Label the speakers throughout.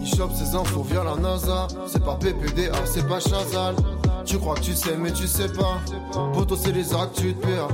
Speaker 1: Il chope ses infos via la NASA. C'est pas PPDA, c'est pas Chazal. Tu crois que tu sais, mais tu sais pas. Poto, c'est les actes, tu te perds.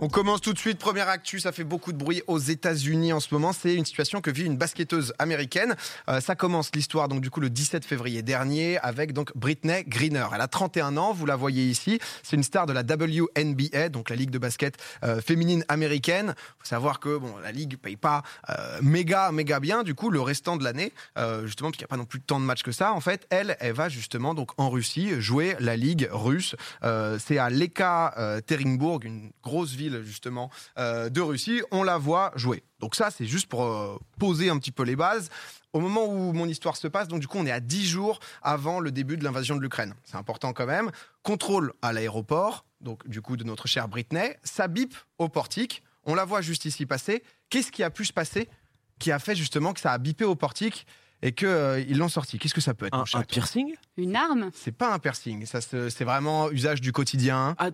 Speaker 2: On commence tout de suite. Première actu, ça fait beaucoup de bruit aux États-Unis en ce moment. C'est une situation que vit une basketteuse américaine. Euh, ça commence l'histoire donc du coup le 17 février dernier avec donc Britney Greener. Elle a 31 ans, vous la voyez ici. C'est une star de la WNBA, donc la ligue de basket euh, féminine américaine. Faut savoir que bon, la ligue paye pas euh, méga méga bien. Du coup, le restant de l'année, euh, justement, puisqu'il n'y a pas non plus tant de matchs que ça. En fait, elle, elle va justement donc en Russie jouer la ligue russe. Euh, c'est à Leka euh, Teringbourg, une grosse ville justement euh, de Russie. On la voit jouer. Donc ça, c'est juste pour euh, poser un petit peu les bases. Au moment où mon histoire se passe, donc du coup, on est à 10 jours avant le début de l'invasion de l'Ukraine. C'est important quand même. Contrôle à l'aéroport, donc du coup de notre chère Britney. Ça bip au portique. On la voit juste ici passer. Qu'est-ce qui a pu se passer qui a fait justement que ça a bipé au portique et qu'ils l'ont sorti Qu'est-ce que ça peut être
Speaker 3: Un,
Speaker 2: mon cher
Speaker 3: un piercing
Speaker 4: Une arme
Speaker 2: c'est pas un piercing, ça se- c'est vraiment usage du quotidien.
Speaker 3: ah,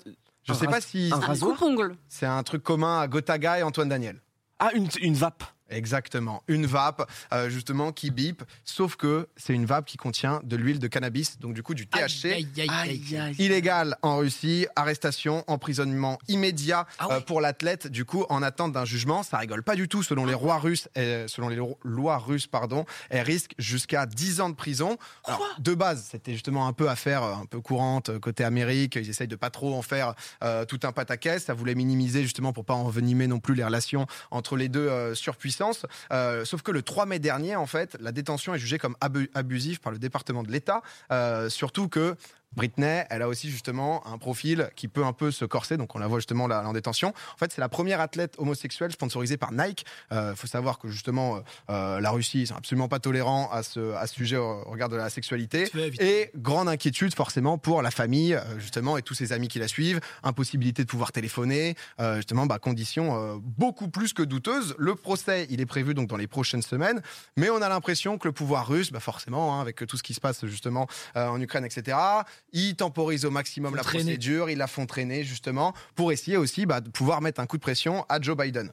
Speaker 2: Je
Speaker 3: un
Speaker 2: sais
Speaker 3: ras-
Speaker 2: pas si
Speaker 3: un
Speaker 4: Un
Speaker 3: rasoir
Speaker 4: coupe-ongle
Speaker 2: c'est un truc commun à Gotaga et Antoine Daniel.
Speaker 3: ah, une, une vape.
Speaker 2: Exactement, une vape euh, justement qui bip, sauf que c'est une vape qui contient de l'huile de cannabis, donc du coup du THC.
Speaker 5: Aïe, aïe, aïe, aïe.
Speaker 2: Illégal en Russie, arrestation, emprisonnement immédiat
Speaker 5: Ah ouais.
Speaker 2: euh, pour l'athlète, du coup, en attente d'un jugement. Ça rigole pas du tout, selon les rois russes, euh, selon les lo- lois russes, pardon. Elle risque jusqu'à 10 ans de prison. Alors, de base, c'était justement un peu affaire euh, un peu courante euh, côté Amérique. Ils essayent de pas trop en faire euh, tout un pataquès. Ça voulait minimiser justement pour pas envenimer non plus les relations entre les deux euh, surpuissances. Euh, sauf que le 3 mai dernier, en fait, la détention est jugée comme abu- abusive par le département de l'État. Euh, surtout que Britney, elle a aussi justement un profil qui peut un peu se corser, donc on la voit justement là en détention. En fait, c'est la première athlète homosexuelle sponsorisée par Nike. Il faut savoir que justement, euh, euh, la Russie, ils sont absolument pas tolérants à ce, à ce sujet au au regard de la sexualité.
Speaker 5: Tu vas vite.
Speaker 2: Et grande inquiétude forcément pour la famille, euh, justement, et tous ses amis qui la suivent. Impossibilité de pouvoir téléphoner, euh, justement, bah, conditions euh, beaucoup plus que douteuses. Le procès, il est prévu donc dans les prochaines semaines, mais on a l'impression que le pouvoir russe, bah, forcément, hein, avec tout ce qui se passe justement euh, en Ukraine, etc., il temporise au maximum
Speaker 5: Faut
Speaker 2: la
Speaker 5: traîner.
Speaker 2: procédure, ils la font traîner justement pour essayer aussi bah, de pouvoir mettre un coup de pression à Joe Biden.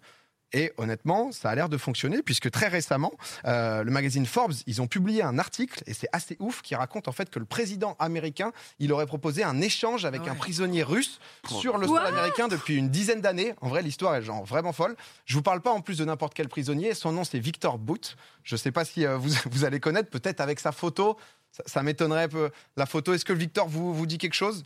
Speaker 2: Et honnêtement, ça a l'air de fonctionner puisque très récemment, euh, le magazine Forbes, ils ont publié un article et c'est assez ouf qui raconte en fait que le président américain, il aurait proposé un échange avec
Speaker 5: Ah ouais.
Speaker 2: un prisonnier russe
Speaker 3: Oh.
Speaker 2: sur le sol
Speaker 4: Quoi
Speaker 2: américain depuis une dizaine d'années. En vrai, l'histoire est genre vraiment folle. Je vous parle pas en plus de n'importe quel prisonnier. Son nom c'est Victor Bout. Je sais pas si euh, vous, vous allez connaître. Peut-être avec sa photo, ça, ça m'étonnerait. peu. La photo, est-ce que Victor vous vous dit quelque chose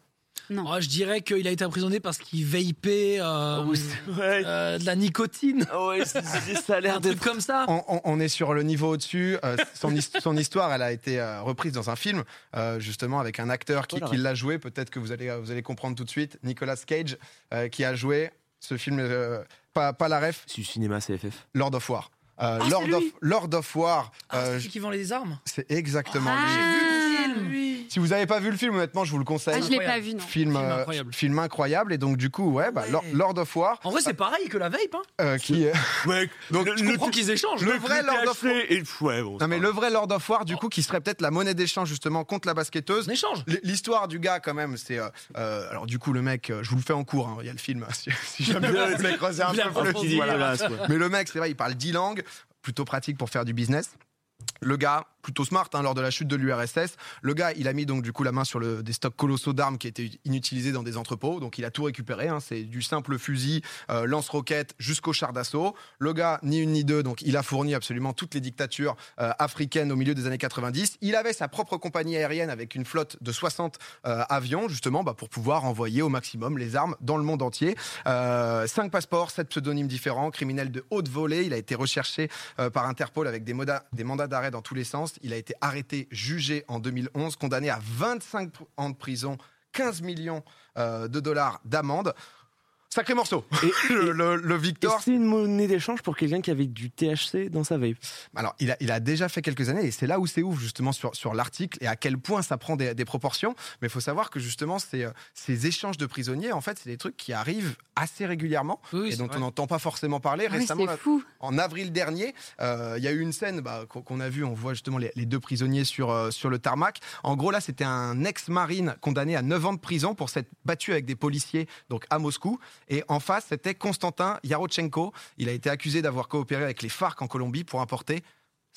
Speaker 5: Oh, je dirais qu'il a été emprisonné parce qu'il vapait euh,
Speaker 3: Ouais,
Speaker 5: euh, de la nicotine.
Speaker 3: Ah ouais, c'est- c'est- ça a
Speaker 5: Un
Speaker 3: l'air
Speaker 5: truc
Speaker 3: d'être.
Speaker 5: comme ça.
Speaker 2: on, on- on est sur le niveau au-dessus. Euh, son, his- son histoire, elle a été euh, reprise dans un film, euh, justement, avec un acteur qui,
Speaker 3: Oh là
Speaker 2: qui
Speaker 3: là.
Speaker 2: l'a joué. Peut-être que vous allez, euh, vous allez comprendre tout de suite. Nicolas Cage, euh, qui a joué ce film, euh, pas, pas la ref,
Speaker 3: C'est du cinéma CFF.
Speaker 2: Lord of War. Euh,
Speaker 4: Ah, c'est
Speaker 2: Lord, of,
Speaker 4: lui
Speaker 2: Lord of War,
Speaker 5: Ah,
Speaker 2: euh,
Speaker 5: c'est celui qui vend les armes.
Speaker 2: c'est exactement lui.
Speaker 4: Ah,
Speaker 2: Si vous n'avez pas vu le film, honnêtement, je vous le
Speaker 4: Ah,
Speaker 2: conseille.
Speaker 4: je l'ai pas vu, non. Ah
Speaker 2: Film,
Speaker 5: Film
Speaker 2: euh,
Speaker 5: incroyable.
Speaker 2: film incroyable. Et donc, du coup, ouais, bah,
Speaker 5: Ouais.
Speaker 2: Lor- Lord of War,
Speaker 5: En vrai, c'est pareil que la vape. Hein.
Speaker 2: euh, qui,
Speaker 3: Ouais,
Speaker 2: Donc,
Speaker 5: Je comprends qu'ils échangent. hein.
Speaker 2: le vrai Lord of War.
Speaker 3: Et... Ouais, bon,
Speaker 2: Non, mais le vrai Lord of War, du coup, qui serait peut-être la monnaie d'échange, justement, contre la basketteuse.
Speaker 5: On échange.
Speaker 2: L- L'histoire du gars, quand même, c'est. euh, euh, alors, du coup, le mec, euh, je vous le fais en cours, hein, il y a le film, si, si jamais vous voulez creuser un
Speaker 5: Il a
Speaker 2: peu plus.
Speaker 5: approfondi.
Speaker 2: Voilà.
Speaker 3: Dégueulasse, quoi.
Speaker 2: Mais le mec, c'est vrai, il parle 10 langues, plutôt pratique pour faire du business. Le gars, plutôt smart, hein, lors de la chute de l'URSS, le gars, il a mis donc du coup la main sur le, des stocks colossaux d'armes qui étaient inutilisés dans des entrepôts, donc il a tout récupéré, hein, c'est du simple fusil, euh, lance-roquettes jusqu'au char d'assaut. Le gars, ni une ni deux, donc il a fourni absolument toutes les dictatures euh, africaines au milieu des années 90. Il avait sa propre compagnie aérienne avec une flotte de 60 euh, avions, justement, bah, pour pouvoir envoyer au maximum les armes dans le monde entier. Euh, cinq passeports, sept pseudonymes différents, criminel de haute volée. Il a été recherché euh, par Interpol avec des, moda- des mandats d'arrêt dans tous les sens. Il a été arrêté, jugé en 2011, condamné à 25 pr- ans de prison, 15 millions euh, de dollars d'amende. Sacré morceau.
Speaker 3: Et-
Speaker 2: le, le- le
Speaker 3: Et
Speaker 2: Victor,
Speaker 3: c'est une monnaie d'échange pour quelqu'un qui avait du THC dans sa vape.
Speaker 2: Alors, il a, il a déjà fait quelques années, et c'est là où c'est ouf, justement, sur, sur l'article et à quel point ça prend des, des proportions. Mais il faut savoir que, justement, ces, euh, ces échanges de prisonniers, en fait, c'est des trucs qui arrivent assez régulièrement et dont on n'entend pas forcément parler.
Speaker 4: oui,
Speaker 2: Récemment, là,
Speaker 4: Ah, c'est fou.
Speaker 2: en avril dernier, euh, il y a eu une scène bah, qu'on- qu'on a vue, on voit justement les, les deux prisonniers sur, euh, sur le tarmac. En gros, là, c'était un ex-marine condamné à 9 ans de prison pour s'être battu avec des policiers donc à Moscou. Et en face, c'était Constantin Yarochenko. Il a été accusé d'avoir coopéré avec les FARC en Colombie pour importer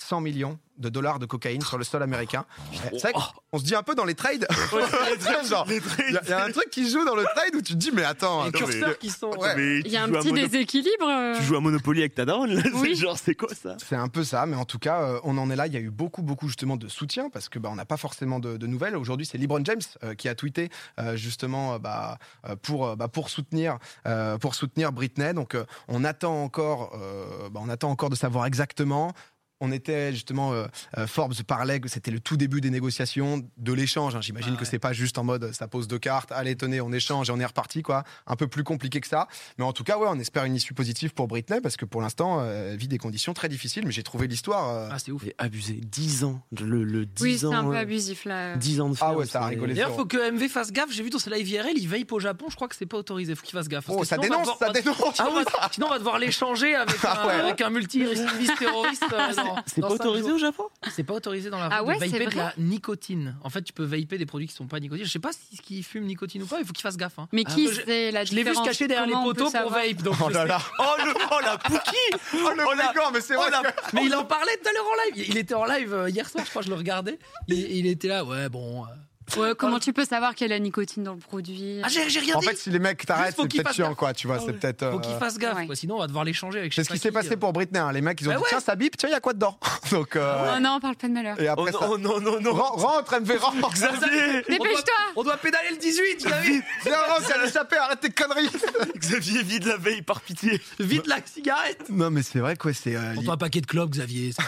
Speaker 2: 100 millions de dollars de cocaïne sur le sol américain. Eh, C'est vrai qu'on se dit un peu dans les trades. Genre, Il y, a- il y a un truc qui joue dans le trade où tu te dis, mais attends.
Speaker 5: Les
Speaker 2: attends, mais-
Speaker 5: curseurs qui sont.
Speaker 2: Ouais.
Speaker 3: Mais
Speaker 4: Il y a un
Speaker 3: tu joues à
Speaker 4: petit
Speaker 3: Mono-
Speaker 4: déséquilibre. euh,
Speaker 3: Tu joues à Monopoly avec ta daronne, là
Speaker 4: Oui.
Speaker 3: C'est genre, c'est quoi ça
Speaker 2: C'est un peu ça, mais en tout cas, euh, on en est là. Il y a eu beaucoup, beaucoup justement de soutien parce que bah, on n'a pas forcément de, de nouvelles. Aujourd'hui, c'est LeBron James euh, qui a tweeté euh, justement euh, bah, euh, pour euh, bah, pour soutenir euh, pour soutenir Britney. Donc, euh, on attend encore, euh, bah, on attend encore de savoir exactement. On était justement, euh, euh, Forbes parlait que c'était le tout début des négociations, de l'échange. hein. J'imagine
Speaker 5: Ah
Speaker 2: que
Speaker 5: ouais.
Speaker 2: c'est pas juste en mode euh, ça pose deux cartes, allez tenez, on échange et on est reparti quoi. Un peu plus compliqué que ça. Mais en tout cas, ouais, on espère une issue positive pour Britney parce que pour l'instant, euh, elle vit des conditions très difficiles. Mais j'ai trouvé l'histoire. euh,
Speaker 5: Ah, c'est ouf.
Speaker 3: Mais abusé, 10 ans. Le, le 10
Speaker 4: Oui, c'est
Speaker 3: ans. euh,
Speaker 4: un peu
Speaker 3: ouais.
Speaker 4: abusif là.
Speaker 3: 10 ans de
Speaker 2: Ah
Speaker 3: ferme,
Speaker 2: ouais, ça a
Speaker 3: c'est-
Speaker 2: rigolé.
Speaker 5: D'ailleurs, faut que MV fasse gaffe. J'ai vu dans ses live IRL, il vape au Japon. Je crois que c'est pas autorisé. Faut qu'il fasse gaffe. Parce
Speaker 2: Oh,
Speaker 5: que
Speaker 2: ça
Speaker 5: sinon, on va
Speaker 2: dénonce,
Speaker 5: devoir-
Speaker 2: ça
Speaker 5: on va-
Speaker 2: dénonce.
Speaker 5: Sinon, on va- sinon, on va devoir l'échanger avec un,
Speaker 2: Ah ouais. Ah,
Speaker 5: avec un multi-récidiviste terroriste. euh, dans-
Speaker 3: C'est
Speaker 5: dans
Speaker 3: pas
Speaker 5: cinq
Speaker 3: autorisé
Speaker 5: jours.
Speaker 3: au Japon
Speaker 5: C'est pas autorisé dans la rue
Speaker 4: Ah ouais,
Speaker 5: de
Speaker 4: c'est
Speaker 5: vaper de
Speaker 4: vrai
Speaker 5: la nicotine. En fait, tu peux vaper des produits qui sont pas nicotine. Je sais pas si ce qui fume nicotine ou pas. Il faut qu'il fasse gaffe. hein.
Speaker 4: Mais
Speaker 5: Ah,
Speaker 4: qui
Speaker 5: moi, je-
Speaker 4: c'est la
Speaker 5: Je l'ai vu se
Speaker 4: différence
Speaker 5: cacher derrière les
Speaker 4: Comment on peut
Speaker 5: poteaux pour
Speaker 4: savoir
Speaker 5: vape. Donc
Speaker 2: Oh
Speaker 5: je
Speaker 2: là
Speaker 5: sais.
Speaker 2: là.
Speaker 3: Oh, le, oh la pouki
Speaker 2: Oh le
Speaker 3: Oh là-
Speaker 2: élégant, mais c'est
Speaker 3: oh
Speaker 2: vrai.
Speaker 3: la-
Speaker 2: que-
Speaker 5: Mais il en parlait tout à l'heure en live. Il était en live euh, hier soir, je crois, je le regardais. Et il était là, ouais, bon. euh.
Speaker 4: Ouais, Comment tu peux savoir qu'il y a la nicotine dans le produit
Speaker 5: Ah, j'ai j'ai
Speaker 2: En
Speaker 5: regardé.
Speaker 2: fait, si les mecs t'arrêtent,
Speaker 5: Juste faut
Speaker 2: c'est
Speaker 5: qu'il
Speaker 2: peut-être
Speaker 5: fasse
Speaker 2: chiant,
Speaker 5: gaffe.
Speaker 2: quoi. Tu vois,
Speaker 5: Ah
Speaker 2: c'est
Speaker 5: ouais.
Speaker 2: peut-être.
Speaker 5: Faut
Speaker 2: euh,
Speaker 5: qu'il fasse gaffe,
Speaker 4: Ouais.
Speaker 5: quoi, sinon on va devoir l'échanger avec je
Speaker 2: C'est
Speaker 5: sais
Speaker 2: ce
Speaker 5: pas
Speaker 2: qui s'est passé
Speaker 5: euh.
Speaker 2: pour Britney. hein. Les mecs, ils ont
Speaker 5: Bah
Speaker 2: dit
Speaker 5: ouais.
Speaker 2: tiens, ça bip, tiens, il y a quoi dedans Donc euh,
Speaker 4: Oh non, parle pas de malheur.
Speaker 2: et
Speaker 3: oh,
Speaker 2: après
Speaker 3: non,
Speaker 2: ça.
Speaker 3: oh non, non, non
Speaker 2: Ren- Rentre, MV, rentre.
Speaker 3: Xavier
Speaker 4: Dépêche-toi
Speaker 5: On euh. doit pédaler le 18, vous avez vu
Speaker 2: Viens, rentre, il y a l'échappée, arrête tes conneries.
Speaker 3: Xavier vide la veille, par pitié
Speaker 5: Vite la cigarette
Speaker 2: Non, mais c'est vrai quoi, c'est. euh,
Speaker 5: Prends-toi un paquet de clopes, Xavier. ça-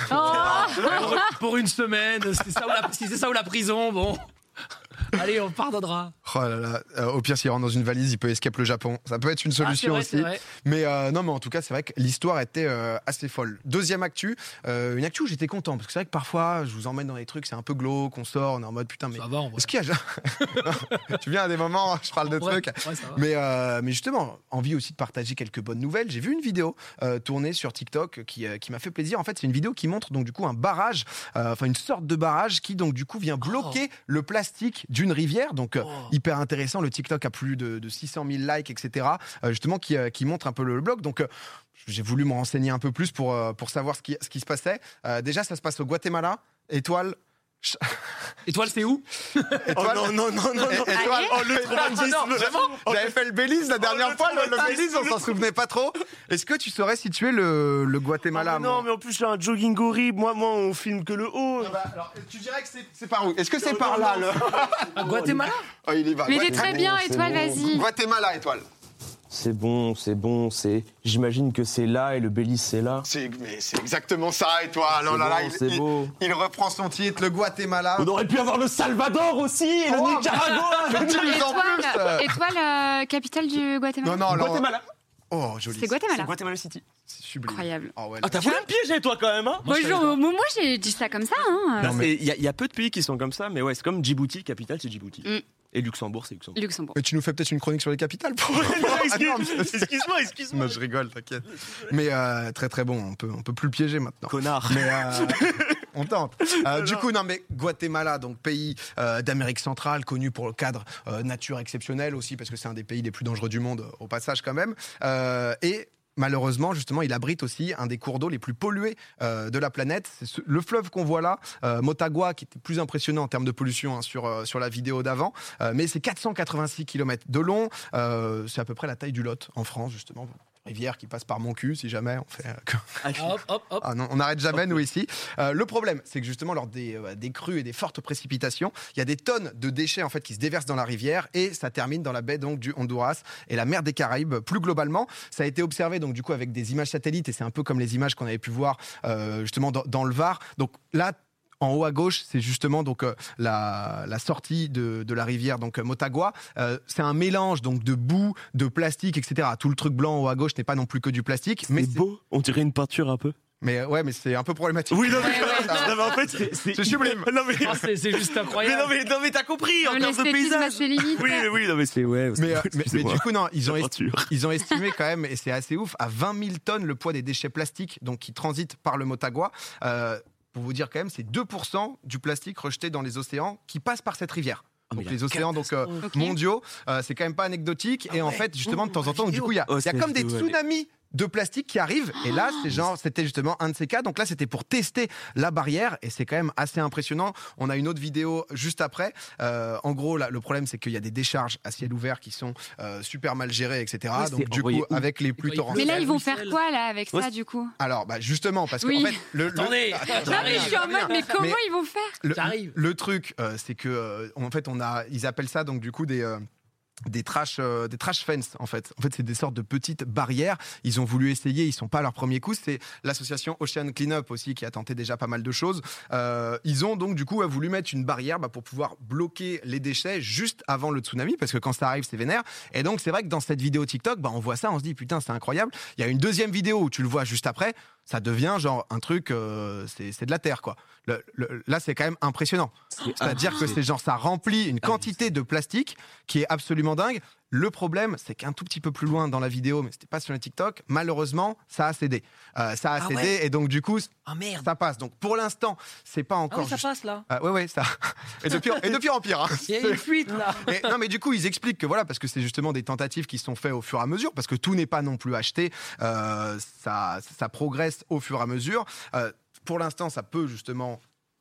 Speaker 4: Oh
Speaker 5: pour- Pour une semaine, c'est ça ou la- si c'est ça ou la prison, bon. Allez, on pardonnera.
Speaker 2: Oh là là, euh, au pire, s'il rentre dans une valise, il peut escape le Japon. Ça peut être une
Speaker 5: Ah,
Speaker 2: solution
Speaker 5: c'est
Speaker 2: aussi.
Speaker 5: vrai, c'est vrai.
Speaker 2: Mais euh, non, mais en tout cas, c'est vrai que l'histoire était euh, assez folle. Deuxième actu, euh, une actu où j'étais content parce que c'est vrai que parfois, je vous emmène dans des trucs, c'est un peu glauque, on sort, on est en mode putain, mais
Speaker 5: Ça va, on va.
Speaker 2: est-ce qu'il y a Tu viens à des moments, je parle de
Speaker 5: Ouais,
Speaker 2: trucs.
Speaker 5: ouais, ça va.
Speaker 2: Mais, euh, mais justement, envie aussi de partager quelques bonnes nouvelles. J'ai vu une vidéo euh, tournée sur TikTok qui, euh, qui m'a fait plaisir. En fait, c'est une vidéo qui montre donc du coup un barrage, euh, enfin une sorte de barrage qui donc du coup vient bloquer le plastique d'une rivière. Donc euh,
Speaker 5: Oh.
Speaker 2: hyper intéressant. Le TikTok a plus de, de 600 000 likes, etc. euh, justement qui, euh, qui montre un peu le, le bloc. Donc euh, j'ai voulu me renseigner un peu plus pour, euh, pour savoir ce qui, ce qui se passait. Euh, déjà, ça se passe au Guatemala. Étoile.
Speaker 5: Étoile, c'est où
Speaker 3: Oh
Speaker 2: Étoile.
Speaker 3: non, non, non, non, non
Speaker 2: É- étoile.
Speaker 3: Oh le
Speaker 5: Ah, non,
Speaker 3: traumatisme
Speaker 5: vraiment
Speaker 3: Oh,
Speaker 2: J'avais fait le Belize la dernière
Speaker 3: le
Speaker 2: fois, le, le
Speaker 3: traumatisme,
Speaker 2: Belize, on
Speaker 3: le
Speaker 2: s'en souvenait pas trop. Est-ce que tu saurais situer le, le Guatemala
Speaker 3: mais non,
Speaker 2: moi
Speaker 3: mais en plus, j'ai un jogging horrible. Moi, moi, on filme que le haut.
Speaker 2: Ah bah, alors, Tu dirais que c'est- c'est par où Est-ce que c'est
Speaker 3: Non,
Speaker 2: par
Speaker 3: non,
Speaker 2: là
Speaker 3: non.
Speaker 2: le...
Speaker 5: À Guatemala
Speaker 2: Oh, il y va.
Speaker 4: Mais t'es
Speaker 2: Guatemala.
Speaker 4: très bien,
Speaker 6: c'est
Speaker 4: étoile,
Speaker 6: bon.
Speaker 4: vas-y.
Speaker 2: Guatemala, étoile.
Speaker 6: C'est bon, c'est bon, c'est. J'imagine que c'est là et le Belize c'est là.
Speaker 2: C'est mais c'est exactement ça, étoile. Oh
Speaker 6: C'est
Speaker 2: là là,
Speaker 6: bon,
Speaker 2: il-
Speaker 6: c'est
Speaker 2: il,
Speaker 6: beau.
Speaker 2: il reprend son titre, le Guatemala.
Speaker 6: On aurait pu avoir le Salvador aussi et le
Speaker 2: Oh,
Speaker 6: Nicaragua.
Speaker 2: Dis-nous en plus euh.
Speaker 4: Étoile, étoile euh, capitale du
Speaker 2: Non,
Speaker 4: Guatemala.
Speaker 2: non, alors-
Speaker 6: Guatemala.
Speaker 2: Oh, joli.
Speaker 4: C'est Guatemala.
Speaker 6: Guatemala City.
Speaker 2: C'est sublime.
Speaker 4: Incroyable.
Speaker 2: Oh, ouais,
Speaker 3: Ah, t'as voulu me piéger, toi, quand même, hein
Speaker 5: Moi, je savais
Speaker 4: Bonjour, moi, moi, j'ai dit ça comme ça. Hein.
Speaker 3: Bah, c'est- Il y, a- il y a peu de pays qui sont comme ça, mais ouais, c'est comme Djibouti, capitale, c'est Djibouti.
Speaker 4: Mm.
Speaker 3: Et Luxembourg, c'est Luxembourg.
Speaker 4: Luxembourg.
Speaker 2: Mais tu nous fais peut-être une chronique sur les capitales pour... Ah, non, mais-
Speaker 3: Excuse-moi, excuse-moi.
Speaker 2: Non, je rigole, t'inquiète. Mais euh, très très bon, on peut, on peut plus le piéger maintenant.
Speaker 3: Connard.
Speaker 2: Mais euh, on tente. Euh, du coup, non, mais Guatemala, donc pays euh, d'Amérique centrale, connu pour le cadre euh, nature exceptionnel aussi, parce que c'est un des pays les plus dangereux du monde, au passage quand même. Euh, et. Malheureusement, justement, il abrite aussi un des cours d'eau les plus pollués euh, de la planète. C'est ce- le fleuve qu'on voit là, euh, Motagua, qui était plus impressionnant en termes de pollution hein, sur, euh, sur la vidéo d'avant. Euh, mais c'est 486 km de long. Euh, c'est à peu près la taille du Lot en France, justement. Rivière qui passe par mon cul, si jamais on fait euh,
Speaker 5: pas. Hop, hop, hop.
Speaker 2: ah non, on n'arrête jamais, nous, ici. Euh, le problème, c'est que justement, lors des, euh, des crues et des fortes précipitations, il y a des tonnes de déchets en fait, qui se déversent dans la rivière et ça termine dans la baie donc, du Honduras et la mer des Caraïbes. Plus globalement, ça a été observé donc, du coup, avec des images satellites et c'est un peu comme les images qu'on avait pu voir euh, justement dans, dans le Var. Donc là, en haut à gauche, c'est justement donc euh, la, la sortie de, de la rivière donc euh, Motagua. Euh, c'est un mélange donc de boue, de plastique, etc. Tout le truc blanc en haut à gauche n'est pas non plus que du plastique, mais
Speaker 3: Mais
Speaker 2: c'est-
Speaker 3: beau, on dirait une peinture un peu.
Speaker 2: mais ouais, mais c'est un peu problématique.
Speaker 3: Oui, non, mais,
Speaker 4: Ouais, ouais.
Speaker 3: non, mais en fait, c'est- c'est.
Speaker 2: C'est sublime.
Speaker 3: Non, mais,
Speaker 5: Ah, c'est c'est juste
Speaker 3: mais non,
Speaker 5: incroyable.
Speaker 3: mais, non, mais t'as compris, en termes de
Speaker 4: L'esthétisme a
Speaker 3: paysage.
Speaker 4: ses limites.
Speaker 3: Oui, mais oui, non, mais c'est. Ouais,
Speaker 2: Mais, euh, mais, mais
Speaker 3: excusez-moi.
Speaker 2: du coup, non, ils ont,
Speaker 3: La
Speaker 2: esti-
Speaker 3: peinture.
Speaker 2: ils ont estimé quand même, et c'est assez ouf, à 20 000 tonnes le poids des déchets plastiques donc, qui transitent par le Motagua. Euh, pour vous dire quand même, c'est 2% du plastique rejeté dans les océans qui passe par cette rivière.
Speaker 3: Oh, mais
Speaker 2: Donc
Speaker 3: la
Speaker 2: les océans donc, euh,
Speaker 4: Ok.
Speaker 2: mondiaux, euh, c'est quand même pas anecdotique.
Speaker 5: Ah
Speaker 2: et en
Speaker 5: ouais.
Speaker 2: fait, justement, de temps en temps, donc,
Speaker 5: la
Speaker 2: du coup, il y a,
Speaker 3: vidéo.
Speaker 2: il y a
Speaker 3: Oh, c'est
Speaker 2: comme
Speaker 3: la
Speaker 2: des
Speaker 3: vidéo, elle est-
Speaker 2: tsunamis de plastique qui arrive. Et là, c'est genre, c'était justement un de ces cas. Donc là, c'était pour tester la barrière et c'est quand même assez impressionnant. On a une autre vidéo juste après. Euh, en gros, là, le problème, c'est qu'il y a des décharges à ciel ouvert qui sont euh, super mal gérées, etc.
Speaker 6: Ouais,
Speaker 2: Donc
Speaker 6: c'est
Speaker 2: du
Speaker 6: envoyé
Speaker 2: coup,
Speaker 6: où
Speaker 2: avec les pluies
Speaker 5: Et quand il pleut,
Speaker 2: torrentielles.
Speaker 4: Mais là, ils vont faire
Speaker 5: Bruxelles.
Speaker 4: quoi là avec
Speaker 6: Ouais,
Speaker 4: ça du coup
Speaker 2: Alors, bah, justement, parce
Speaker 4: Oui.
Speaker 2: qu'en fait, le, le-
Speaker 5: Attendez,
Speaker 2: Attends,
Speaker 4: Non, mais
Speaker 5: j'arrive.
Speaker 4: je suis en mode, mais comment
Speaker 2: Mais-
Speaker 4: ils vont faire
Speaker 2: le,
Speaker 5: J'arrive.
Speaker 2: le truc, euh, c'est que euh, en fait, on a, ils appellent ça donc du coup des. euh, des trash, euh, des trash fence en fait. En fait, c'est des sortes de petites barrières. Ils ont voulu essayer, ils sont pas à leur premier coup. C'est l'association Ocean Cleanup aussi qui a tenté déjà pas mal de choses. Euh, ils ont donc du coup voulu mettre une barrière bah, pour pouvoir bloquer les déchets juste avant le tsunami parce que quand ça arrive, c'est vénère. Et donc c'est vrai que dans cette vidéo TikTok, bah, on voit ça, on se dit putain c'est incroyable. Il y a une deuxième vidéo où tu le vois juste après, ça devient genre un truc, euh, c'est c'est de la terre quoi. Le- le- là c'est quand même impressionnant. C'est-à-dire que c'est genre ça remplit
Speaker 5: Ah,
Speaker 2: une quantité de plastique qui est absolument dingue. Le problème, c'est qu'un tout petit peu plus loin dans la vidéo, mais c'était pas sur le TikTok, malheureusement, ça a cédé. Euh, ça a
Speaker 5: Ah
Speaker 2: cédé
Speaker 5: ouais
Speaker 2: et donc du coup,
Speaker 5: Ah merde.
Speaker 2: ça passe. Donc pour l'instant, c'est pas
Speaker 5: Ah
Speaker 2: encore.
Speaker 5: oui, ça
Speaker 2: juste-
Speaker 5: passe là.
Speaker 2: Ah, ouais, ouais, ça. Et de pire, et de pire en pire. hein.
Speaker 5: Il y a une fuite là.
Speaker 2: Et- non, mais du coup, ils expliquent que voilà, parce que c'est justement des tentatives qui sont faites au fur et à mesure, parce que tout n'est pas non plus acheté, euh, ça, ça progresse au fur et à mesure. Euh, pour l'instant, ça peut justement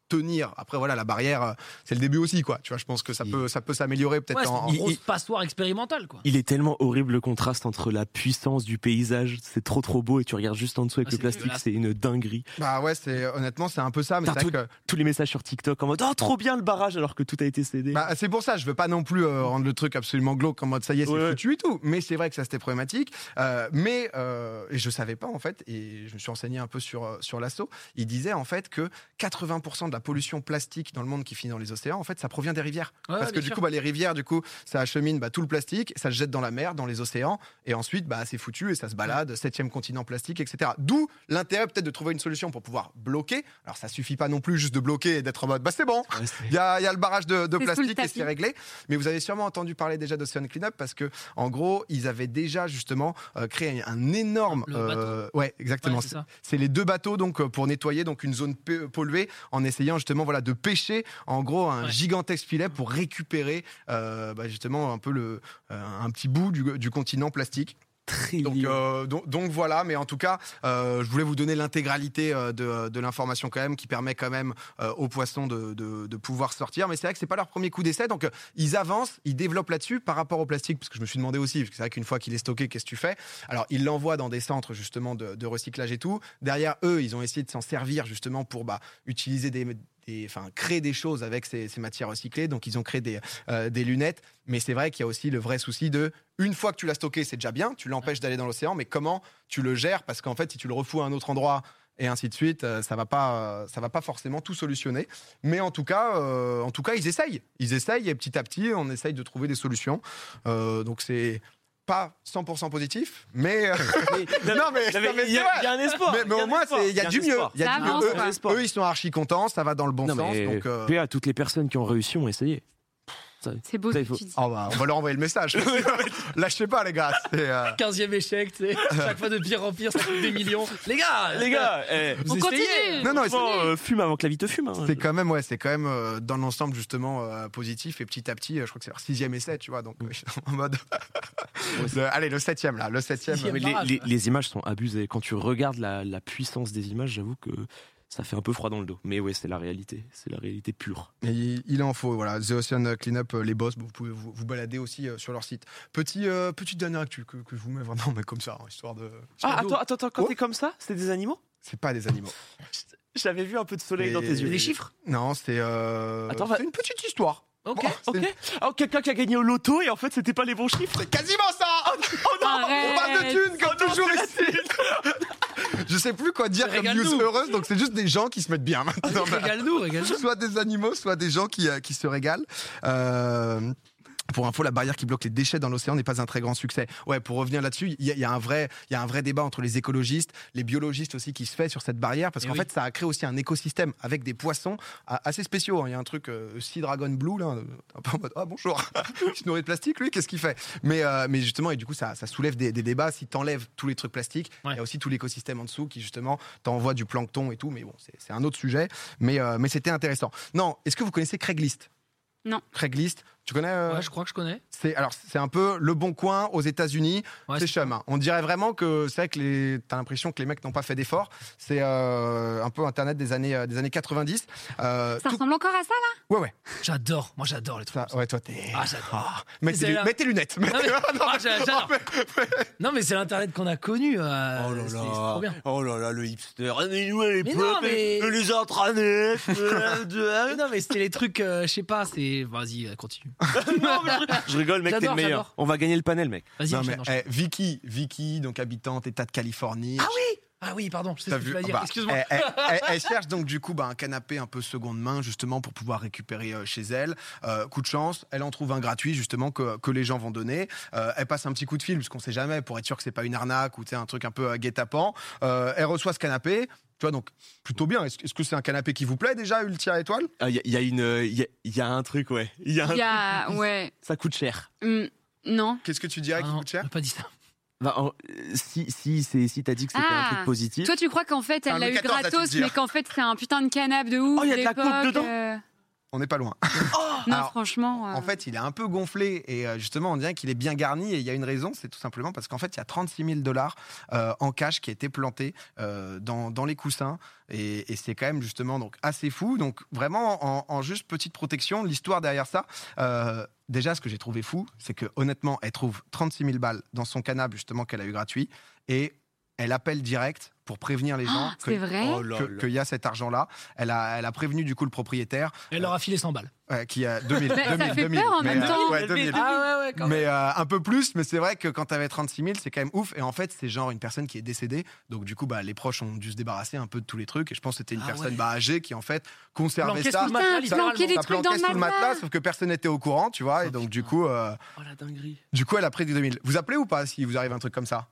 Speaker 2: tenir. Après, voilà, la barrière, euh, c'est le début aussi, quoi. Tu vois, je pense que ça peut, ça peut s'améliorer peut-être
Speaker 5: Ouais, c'est
Speaker 2: en.
Speaker 5: une
Speaker 2: en-
Speaker 5: grosse passoire expérimentale quoi.
Speaker 3: Il est tellement horrible le contraste entre la puissance du paysage, c'est trop trop beau, et tu regardes juste en dessous avec
Speaker 5: Ah,
Speaker 3: le
Speaker 5: c'est
Speaker 3: plastique,
Speaker 5: dégueulasse.
Speaker 3: c'est une dinguerie.
Speaker 2: Bah ouais, c'est honnêtement, c'est un peu ça, mais
Speaker 3: T'as
Speaker 2: c'est vrai que.
Speaker 3: Tous les messages sur TikTok en mode Oh, trop bien le barrage alors que tout a été cédé.
Speaker 2: Bah, c'est pour ça, je veux pas non plus euh, rendre le truc absolument glauque en mode ça y est, c'est
Speaker 3: Ouais, ouais.
Speaker 2: foutu et tout. Mais c'est vrai que ça c'était problématique. Euh, mais euh, et je savais pas en fait, et je me suis renseigné un peu sur, euh, sur l'assaut. Il disait en fait que 80% de la pollution plastique dans le monde qui finit dans les océans, en fait, ça provient des rivières.
Speaker 5: Ouais,
Speaker 2: Parce que
Speaker 5: bien
Speaker 2: du
Speaker 5: sûr.
Speaker 2: coup, bah, les rivières, du coup, ça achemine bah, tout le plastique, ça se jette dans la mer, dans les océans, et ensuite, bah, c'est foutu et ça se balade, septième continent plastique, etc. D'où l'intérêt peut-être de trouver une solution pour pouvoir bloquer. Alors, ça suffit pas non plus juste de bloquer et d'être en mode, bah, c'est bon,
Speaker 3: Ouais, c'est-
Speaker 2: il y, a il y a le barrage de, de
Speaker 4: C'est sous le
Speaker 2: plastique et
Speaker 4: tapis.
Speaker 2: c'est réglé. Mais vous avez sûrement entendu parler déjà d'Ocean Cleanup parce que, en gros, ils avaient déjà justement euh, créé un énorme. euh,
Speaker 5: Le
Speaker 2: ouais, exactement.
Speaker 5: Ouais, c'est
Speaker 2: C'est-
Speaker 5: ça.
Speaker 2: c'est les deux bateaux donc euh, pour nettoyer donc une zone pe- polluée en essayant justement voilà de pêcher en gros un
Speaker 5: Ouais.
Speaker 2: gigantesque filet pour récupérer euh, bah, justement un peu le euh, un petit bout du, du continent plastique.
Speaker 3: très
Speaker 2: Donc,
Speaker 3: lié.
Speaker 2: euh, donc, donc voilà, mais en tout cas, euh, je voulais vous donner l'intégralité euh, de, de l'information quand même, qui permet quand même euh, aux poissons de, de- de pouvoir sortir. Mais c'est vrai que c'est pas leur premier coup d'essai, donc euh, ils avancent, ils développent là-dessus par rapport au plastique, parce que je me suis demandé aussi, parce que c'est vrai qu'une fois qu'il est stocké, qu'est-ce que tu fais Alors ils l'envoient dans des centres justement de, de recyclage et tout. Derrière eux, ils ont essayé de s'en servir justement pour bah, utiliser des des- enfin, créer des choses avec ces, ces matières recyclées. Donc, ils ont créé des, euh, des lunettes. Mais c'est vrai qu'il y a aussi le vrai souci de, une fois que tu l'as stocké, c'est déjà bien, tu l'empêches d'aller dans l'océan, mais comment tu le gères Parce qu'en fait, si tu le refous à un autre endroit et ainsi de suite, euh, ça va pas, euh, ça va pas forcément tout solutionner. Mais en tout cas, euh, en tout cas, ils essayent. Ils essayent et petit à petit, on essaye de trouver des solutions. Euh, donc, c'est pas 100% positif, mais non mais,
Speaker 3: Non, mais
Speaker 2: non, mais
Speaker 3: il y,
Speaker 2: c'est
Speaker 3: a-
Speaker 2: vrai.
Speaker 3: il y a un espoir.
Speaker 2: Mais- mais
Speaker 3: il y a
Speaker 2: au
Speaker 3: un
Speaker 2: moins,
Speaker 3: espoir,
Speaker 2: c'est- il y a du
Speaker 3: un
Speaker 2: mieux.
Speaker 3: espoir.
Speaker 2: Il y a
Speaker 4: Ça
Speaker 2: du mieux.
Speaker 4: avance,
Speaker 2: Eux-
Speaker 4: quoi.
Speaker 3: espoir.
Speaker 2: Eux, ils sont archi contents, ça va dans le bon
Speaker 3: Non,
Speaker 2: sens.
Speaker 3: mais
Speaker 2: Donc, euh,
Speaker 3: paix à toutes les personnes qui ont réussi ont essayé.
Speaker 4: C'est beau
Speaker 3: Ça, il
Speaker 4: ce que
Speaker 3: faut-
Speaker 4: tu dis.
Speaker 2: oh, bah, on va leur envoyer le message. Lâchez pas, les gars. C'est, euh,
Speaker 5: 15e échec, tu sais. Chaque fois de pire en pire, ça coûte des millions. Les gars,
Speaker 3: Les gars, eh,
Speaker 5: vous
Speaker 4: On
Speaker 5: essayez.
Speaker 4: continue
Speaker 2: Non, non, c'est-
Speaker 3: franchement, euh, fume avant que la vie te fume. hein.
Speaker 2: c'est quand même, ouais, c'est quand même euh, dans l'ensemble justement euh, positif et petit à petit, euh, je crois que c'est leur sixième essai, tu vois. Donc euh, ils sont en mode, Le- allez, le septième là, le septième.
Speaker 5: Sixième.
Speaker 3: Mais les, les- les images sont abusées. Quand tu regardes la, la puissance des images, j'avoue que ça fait un peu froid dans le dos. Mais ouais, c'est la réalité. C'est la réalité pure.
Speaker 2: Et il, il en faut, voilà. The Ocean Cleanup, euh, les boss, vous pouvez vous, vous balader aussi euh, sur leur site. Petit, euh, petite dernière actu que, que je vous mets vraiment, mais comme ça, hein, histoire de. histoire d'eau.
Speaker 3: Ah, attends, attends,
Speaker 2: quand
Speaker 3: t'es comme ça, c'est des animaux
Speaker 2: C'est pas des animaux.
Speaker 3: J'avais vu un peu de soleil
Speaker 2: Et-
Speaker 3: dans tes yeux.
Speaker 5: Des chiffres
Speaker 2: Non, c'est. euh,
Speaker 3: Attends, va-
Speaker 2: c'est une petite histoire.
Speaker 5: Ok.
Speaker 2: Bon, c'est
Speaker 3: Ok. Oh, quelqu'un qui a gagné au loto et en fait, c'était pas les bons chiffres.
Speaker 2: C'est quasiment ça On parle de
Speaker 4: Arrête
Speaker 2: thunes comme toujours ici Je sais plus quoi dire comme
Speaker 5: Régale-nous.
Speaker 2: news heureuse, donc c'est juste des gens qui se mettent bien maintenant.
Speaker 5: Régale-nous, régale-nous.
Speaker 2: soit des animaux, soit des gens qui, euh, qui se régalent. Euh, Pour info, la barrière qui bloque les déchets dans l'océan n'est pas un très grand succès. Ouais, pour revenir là-dessus, il y, a- il y a un vrai, il y a un vrai débat entre les écologistes, les biologistes aussi qui se fait sur cette barrière, parce
Speaker 5: Eh
Speaker 2: qu'en
Speaker 5: oui.
Speaker 2: fait, ça a créé aussi un écosystème avec des poissons a- assez spéciaux. hein. Il y a un truc euh, Sea Dragon Blue là, euh, un peu en mode ah bonjour, il se nourrit de plastique lui, qu'est-ce qu'il fait Mais euh, mais justement et du coup ça, ça soulève des, des débats. Si t'enlèves tous les trucs plastiques, il
Speaker 5: Ouais.
Speaker 2: y a aussi tout l'écosystème en dessous qui justement t'envoie du plancton et tout. Mais bon, c'est c'est un autre sujet. Mais, euh, mais c'était intéressant. Non, est-ce que vous connaissez Craigslist
Speaker 4: Non.
Speaker 2: Craigslist, Tu connais euh,
Speaker 5: Ouais, je crois que je connais.
Speaker 2: C'est alors c'est un peu le bon coin aux États-Unis.
Speaker 5: Ouais,
Speaker 2: c'est
Speaker 5: c'est-
Speaker 2: chum. hein. On dirait vraiment que c'est vrai que les... t'as l'impression que les mecs n'ont pas fait d'efforts. C'est euh, un peu Internet des années euh, des années 90. Euh,
Speaker 4: Ça
Speaker 2: tout-
Speaker 4: ressemble encore à ça, là
Speaker 2: Ouais ouais.
Speaker 5: J'adore, moi j'adore les trucs.
Speaker 2: Ça,
Speaker 5: comme ça.
Speaker 2: ouais toi t'es.
Speaker 5: Ah, j'adore.
Speaker 2: Ah, mets,
Speaker 5: C'est
Speaker 2: tes, lu-
Speaker 5: là.
Speaker 2: mets tes lunettes. Mets
Speaker 5: Non,
Speaker 2: tes-
Speaker 5: mais-
Speaker 2: Non,
Speaker 5: Ah, j'a- j'adore.
Speaker 2: mais-
Speaker 5: Non, mais c'est l'internet qu'on a connu. euh,
Speaker 7: Oh là
Speaker 5: c'est-
Speaker 7: là.
Speaker 5: c'est trop bien.
Speaker 7: Oh là là, le hipster. Ah, mais ouais, les
Speaker 5: Mais
Speaker 7: peuples,
Speaker 5: non, mais-
Speaker 7: euh, les intranets. euh,
Speaker 5: Mais
Speaker 7: de-
Speaker 5: Ah non, mais c'était les trucs, euh, je sais pas, c'est. Vas-y, euh, continue.
Speaker 3: Je rigole, mec, t'es le
Speaker 5: J'adore, j'adore.
Speaker 3: meilleur. On va gagner le panel, mec.
Speaker 5: Vas-y,
Speaker 2: Non,
Speaker 5: enchaîne,
Speaker 2: mais,
Speaker 5: enchaîne.
Speaker 2: eh, Vicky Vicky donc habitante État de Californie.
Speaker 5: Ah oui Ah oui, pardon, je sais ce
Speaker 2: T'as
Speaker 5: que
Speaker 2: vu
Speaker 5: tu vas dire.
Speaker 2: Bah,
Speaker 5: Excuse-moi.
Speaker 2: Elle, elle- elle- elle cherche donc du coup bah, un canapé un peu seconde main justement pour pouvoir récupérer euh, chez elle. Euh, coup de chance, elle en trouve un gratuit justement que, que les gens vont donner. Euh, elle passe un petit coup de fil parce qu'on sait jamais pour être sûr que c'est pas une arnaque ou tu sais, un truc un peu euh, guet-apens. Euh, elle reçoit ce canapé. Tu vois donc plutôt bien. Est-ce est-ce que c'est un canapé qui vous plaît déjà Ultia Étoile
Speaker 3: Ah, Il y, a- il y a une, euh, il y, a- il y a un truc, ouais. Il y a un-
Speaker 4: Il y a. Ouais.
Speaker 3: Ça coûte cher.
Speaker 4: Hum, non.
Speaker 2: Qu'est-ce que tu dirais
Speaker 5: Ah
Speaker 2: qui
Speaker 5: non,
Speaker 2: coûte cher Euh,
Speaker 5: on a pas dit ça.
Speaker 3: Bah, en- si si c'est- si t'as dit que c'était
Speaker 4: Ah.
Speaker 3: un truc positif.
Speaker 4: Toi, tu crois qu'en fait,
Speaker 2: Ah,
Speaker 4: elle l'a
Speaker 2: le
Speaker 4: eu
Speaker 2: 14, là, tu
Speaker 4: gratos,
Speaker 2: te dis.
Speaker 4: mais qu'en fait, c'est un putain de canap de ouf.
Speaker 3: Oh, il y a de la coupe
Speaker 4: d'époque,
Speaker 3: dedans
Speaker 4: euh,
Speaker 2: On n'est pas loin.
Speaker 4: Non,
Speaker 2: Alors,
Speaker 4: franchement. euh,
Speaker 2: En fait, il est un peu gonflé et euh, justement, on dirait qu'il est bien garni. Et il y a une raison, c'est tout simplement parce qu'en fait, il y a 36 000 dollars euh, en cash qui a été planté euh, dans, dans les coussins. Et, et c'est quand même justement donc assez fou. Donc vraiment, en, en juste petite protection, l'histoire derrière ça. euh, Déjà, ce que j'ai trouvé fou, c'est que honnêtement, elle trouve 36 000 balles dans son canapé justement qu'elle a eu gratuit, et elle appelle direct pour prévenir les gens
Speaker 4: Ah,
Speaker 2: que-
Speaker 4: c'est vrai
Speaker 7: Oh là
Speaker 2: que-
Speaker 7: là.
Speaker 2: qu'il y a cet argent-là. Elle a, elle a prévenu du coup le propriétaire
Speaker 5: Elle leur a filé 100 balles.
Speaker 2: euh, qui a 2000,
Speaker 4: Mais ça
Speaker 2: 2000,
Speaker 4: fait
Speaker 2: 2000,
Speaker 4: peur en
Speaker 2: mais,
Speaker 4: même
Speaker 2: euh,
Speaker 4: temps.
Speaker 2: ouais, 2000.
Speaker 5: Ah ouais, ouais, quand même.
Speaker 2: Mais euh, un peu plus, mais c'est vrai que quand t'avais 36 000, c'est quand même ouf. Et en fait, c'est genre une personne qui est décédée. Donc, du coup, bah, les proches ont dû se débarrasser un peu de tous les trucs. Et je pense que c'était une
Speaker 5: Ah
Speaker 2: personne
Speaker 5: ouais.
Speaker 2: bah, âgée qui, en fait, conservait
Speaker 5: Planquait
Speaker 2: ça.
Speaker 5: sous le matelas,
Speaker 4: Putain,
Speaker 5: littéralement.
Speaker 4: planquer des
Speaker 2: ça
Speaker 4: trucs dans
Speaker 2: planquait
Speaker 4: le
Speaker 2: sous le matelas,
Speaker 4: matelas.
Speaker 2: sauf que personne n'était au courant, tu vois. Et
Speaker 5: Oh,
Speaker 2: donc,
Speaker 5: putain.
Speaker 2: du coup, euh,
Speaker 3: Oh la dinguerie.
Speaker 2: du coup, elle a pris des 2000. Vous appelez ou pas si vous arrive un truc comme ça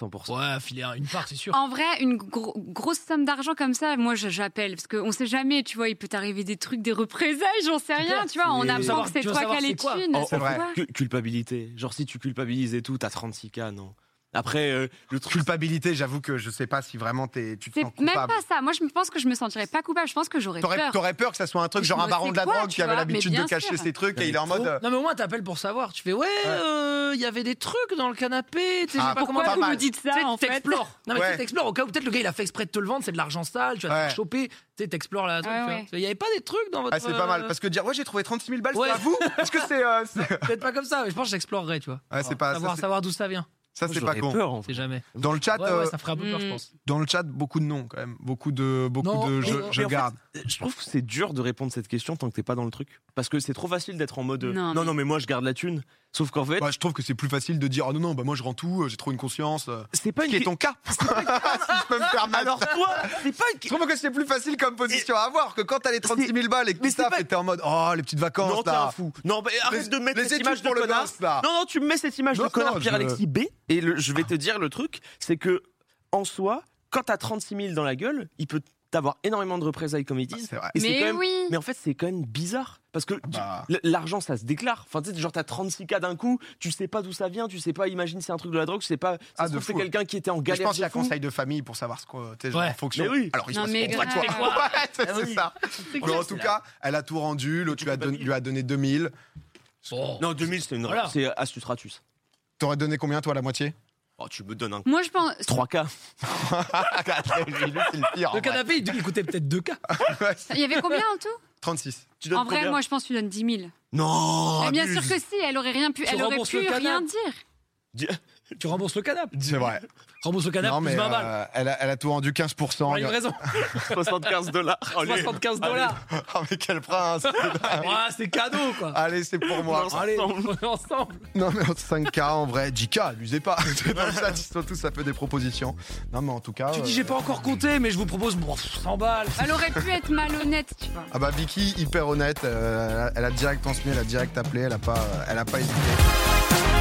Speaker 3: 100%.
Speaker 5: Ouais, filer une part, c'est sûr.
Speaker 4: En vrai, une gro- grosse somme d'argent comme ça, moi je- j'appelle parce qu'on sait jamais, tu vois, il peut t'arriver des trucs, des représailles, j'en sais rien,
Speaker 5: clair,
Speaker 4: tu vois. On
Speaker 3: mais-
Speaker 4: apprend
Speaker 5: Savoir-
Speaker 4: que c'est
Speaker 5: tu veux
Speaker 4: trois
Speaker 5: savoir
Speaker 4: calés
Speaker 5: c'est
Speaker 4: de
Speaker 5: quoi
Speaker 4: thunes.
Speaker 3: Oh,
Speaker 2: c'est
Speaker 4: tu
Speaker 2: vrai.
Speaker 4: vois.
Speaker 3: Cul- culpabilité. Genre, si tu culpabilises et tout, t'as 36K, non. Après, euh, le truc.
Speaker 2: Culpabilité, j'avoue que je sais pas si vraiment t'es- tu te
Speaker 4: C'est
Speaker 2: sens
Speaker 4: même
Speaker 2: coupable.
Speaker 4: pas ça. Moi je me pense que je me sentirais pas coupable, je pense que j'aurais
Speaker 2: T'aurais
Speaker 4: peur.
Speaker 2: t'aurais peur que ça soit un truc
Speaker 4: Mais
Speaker 2: genre
Speaker 4: je
Speaker 2: un
Speaker 4: me
Speaker 2: baron
Speaker 4: sais
Speaker 2: de la
Speaker 4: quoi,
Speaker 2: drogue
Speaker 4: tu
Speaker 2: qui avait
Speaker 4: vois,
Speaker 2: l'habitude
Speaker 4: mais
Speaker 2: de
Speaker 4: bien
Speaker 2: cacher
Speaker 4: sûr.
Speaker 2: ses trucs et il est en mode. euh,
Speaker 5: Non mais au moins t'appelles pour savoir. Tu fais ouais, euh, il y avait des trucs dans le canapé. tu sais, je sais
Speaker 2: Ah,
Speaker 5: pas comment
Speaker 4: Pourquoi
Speaker 2: pas
Speaker 4: vous
Speaker 2: mal.
Speaker 4: me dites ça
Speaker 5: Tu sais,
Speaker 4: en fait
Speaker 5: T'explores. Non, mais tu
Speaker 2: Ouais.
Speaker 5: sais, t'explores. Au cas où, peut-être le gars, il a fait exprès de te le vendre, c'est de l'argent sale, tu vas te
Speaker 2: Ouais.
Speaker 5: faire choper. Tu sais, t'explores la truc.
Speaker 4: Ouais,
Speaker 5: tu vois.
Speaker 4: ouais.
Speaker 5: Il y avait pas des trucs dans votre.
Speaker 2: Ah, c'est pas mal.
Speaker 5: euh,
Speaker 2: Parce que dire, ouais, j'ai trouvé 36 000 balles,
Speaker 5: Ouais.
Speaker 2: c'est à vous Est-ce que c'est. euh, c'est-
Speaker 5: Peut-être pas comme ça, mais je pense que j'explorerais, tu vois.
Speaker 2: Ouais, c'est pas- ça,
Speaker 5: Savoir,
Speaker 2: c'est-
Speaker 5: savoir d'où ça vient.
Speaker 2: Ça, c'est pas
Speaker 3: J'aurais
Speaker 2: con.
Speaker 3: peur, en
Speaker 5: C'est jamais.
Speaker 2: Dans le chat,
Speaker 5: Ouais, ouais,
Speaker 2: euh,
Speaker 5: ça ferait un peu peur, je
Speaker 4: hmm.
Speaker 5: pense.
Speaker 2: dans le chat, beaucoup de noms quand même, beaucoup de beaucoup
Speaker 5: Non,
Speaker 2: de
Speaker 5: et-
Speaker 2: je,
Speaker 5: et en
Speaker 2: je
Speaker 3: fait-
Speaker 2: garde.
Speaker 3: Je trouve que c'est dur de répondre à cette question tant que t'es pas dans le truc. Parce que c'est trop facile d'être en mode euh,
Speaker 4: Non,
Speaker 3: non,
Speaker 4: mais-
Speaker 3: non, mais moi je garde la thune. Sauf qu'en fait,
Speaker 2: Bah, je trouve que c'est plus facile de dire ah non non bah moi je rends tout, euh, j'ai trop une conscience. euh,
Speaker 3: c'est pas
Speaker 2: Ce
Speaker 3: une.
Speaker 2: qui est ton cas. si je peux me permettre.
Speaker 3: Alors toi, c'est pas une.
Speaker 2: je trouve que c'est plus facile comme position à avoir que quand t'as les 36 000 balles et que
Speaker 3: Mais
Speaker 2: tu
Speaker 3: c'est
Speaker 2: tapes
Speaker 3: pas-
Speaker 2: et t'es en mode oh les petites vacances
Speaker 3: Non, t'es
Speaker 2: là.
Speaker 3: un fou. Non, mais arrête
Speaker 2: Les-
Speaker 3: de mettre
Speaker 2: les
Speaker 3: cette
Speaker 2: études
Speaker 3: image de
Speaker 2: pour le
Speaker 3: connard.
Speaker 2: gosse, là.
Speaker 3: Ah. Non, non, tu me mets cette image
Speaker 2: Non,
Speaker 3: de connard
Speaker 2: non, je-
Speaker 3: Pierre-Alexis B. Et le- je vais te dire le truc, c'est que en soi, quand t'as 36 000 dans la gueule, il peut t'avoir énormément de représailles comme ils
Speaker 2: Ah,
Speaker 3: disent.
Speaker 2: c'est vrai.
Speaker 3: Et c'est quand
Speaker 4: Mais
Speaker 3: même-
Speaker 4: oui.
Speaker 3: Mais en fait, c'est quand même bizarre parce que tu-
Speaker 2: Bah.
Speaker 3: l- l'argent, ça se déclare. Enfin, tu sais, genre t'as 36 k d'un coup, tu sais pas d'où ça vient, tu sais pas. Imagine c'est un truc de la drogue, tu sais pas. ça
Speaker 2: Ah,
Speaker 3: se
Speaker 2: de
Speaker 3: trouve, c'est
Speaker 2: fou.
Speaker 3: quelqu'un qui était en
Speaker 2: Mais Je
Speaker 3: galère.
Speaker 2: pense qu'il y a
Speaker 3: de fou.
Speaker 2: conseil de famille pour savoir ce qu'on t'es genre,
Speaker 5: Ouais.
Speaker 2: en fonction.
Speaker 3: Mais oui.
Speaker 2: Alors il se
Speaker 4: Non,
Speaker 2: passe
Speaker 4: mais
Speaker 2: contre
Speaker 4: grave.
Speaker 2: toi. Ouais, c'est
Speaker 3: Ah oui.
Speaker 2: c'est ça. Mais en tout cas, elle a tout rendu, l'autre lui, a don- lui a donné 2000.
Speaker 5: Bon.
Speaker 3: Non, 2000, c'est une
Speaker 5: Voilà.
Speaker 3: C'est astuce ratus.
Speaker 2: T'aurais donné combien toi la moitié
Speaker 3: Oh, tu me donnes un
Speaker 4: Moi je pense.
Speaker 3: 3K.
Speaker 2: C'est le pire. en vrai.
Speaker 5: Le canapé, il, il coûtait peut-être 2K.
Speaker 4: Il y avait combien en tout
Speaker 2: 36.
Speaker 3: Tu
Speaker 4: En vrai, moi je pense que tu donnes 10 000.
Speaker 3: Non
Speaker 4: Mais Ah, bien sûr que si, elle aurait rien pu,
Speaker 5: Tu
Speaker 4: elle aurait
Speaker 5: rembourses
Speaker 4: pu
Speaker 5: le canap.
Speaker 4: rien dire.
Speaker 5: Tu rembourses le canapé.
Speaker 2: C'est vrai.
Speaker 5: Rembourse le canapé
Speaker 2: Non,
Speaker 5: plus
Speaker 2: mais
Speaker 5: 20 balles.
Speaker 2: euh, elle, a, elle a tout rendu 15%.
Speaker 5: Pour la
Speaker 2: Il y a-
Speaker 5: livraison.
Speaker 3: 75 dollars.
Speaker 5: 75 dollars.
Speaker 2: Ah, mais quel prince
Speaker 5: Ah, c'est cadeau, quoi.
Speaker 2: Allez, c'est pour moi.
Speaker 5: Allez, on est ensemble.
Speaker 2: Non, mais en 5K, en vrai, 10K, abusez pas. Dans le chat, ils sont tous à peu des propositions. Non, mais en tout cas.
Speaker 5: Tu
Speaker 2: euh,
Speaker 5: dis, j'ai pas encore compté, mais je vous propose bon, 100 balles.
Speaker 4: Elle aurait pu être malhonnête, tu vois.
Speaker 2: Ah bah, euh, Vicky, hyper honnête. euh, elle a direct transmis, elle a direct appelé, elle a pas, elle a pas hésité.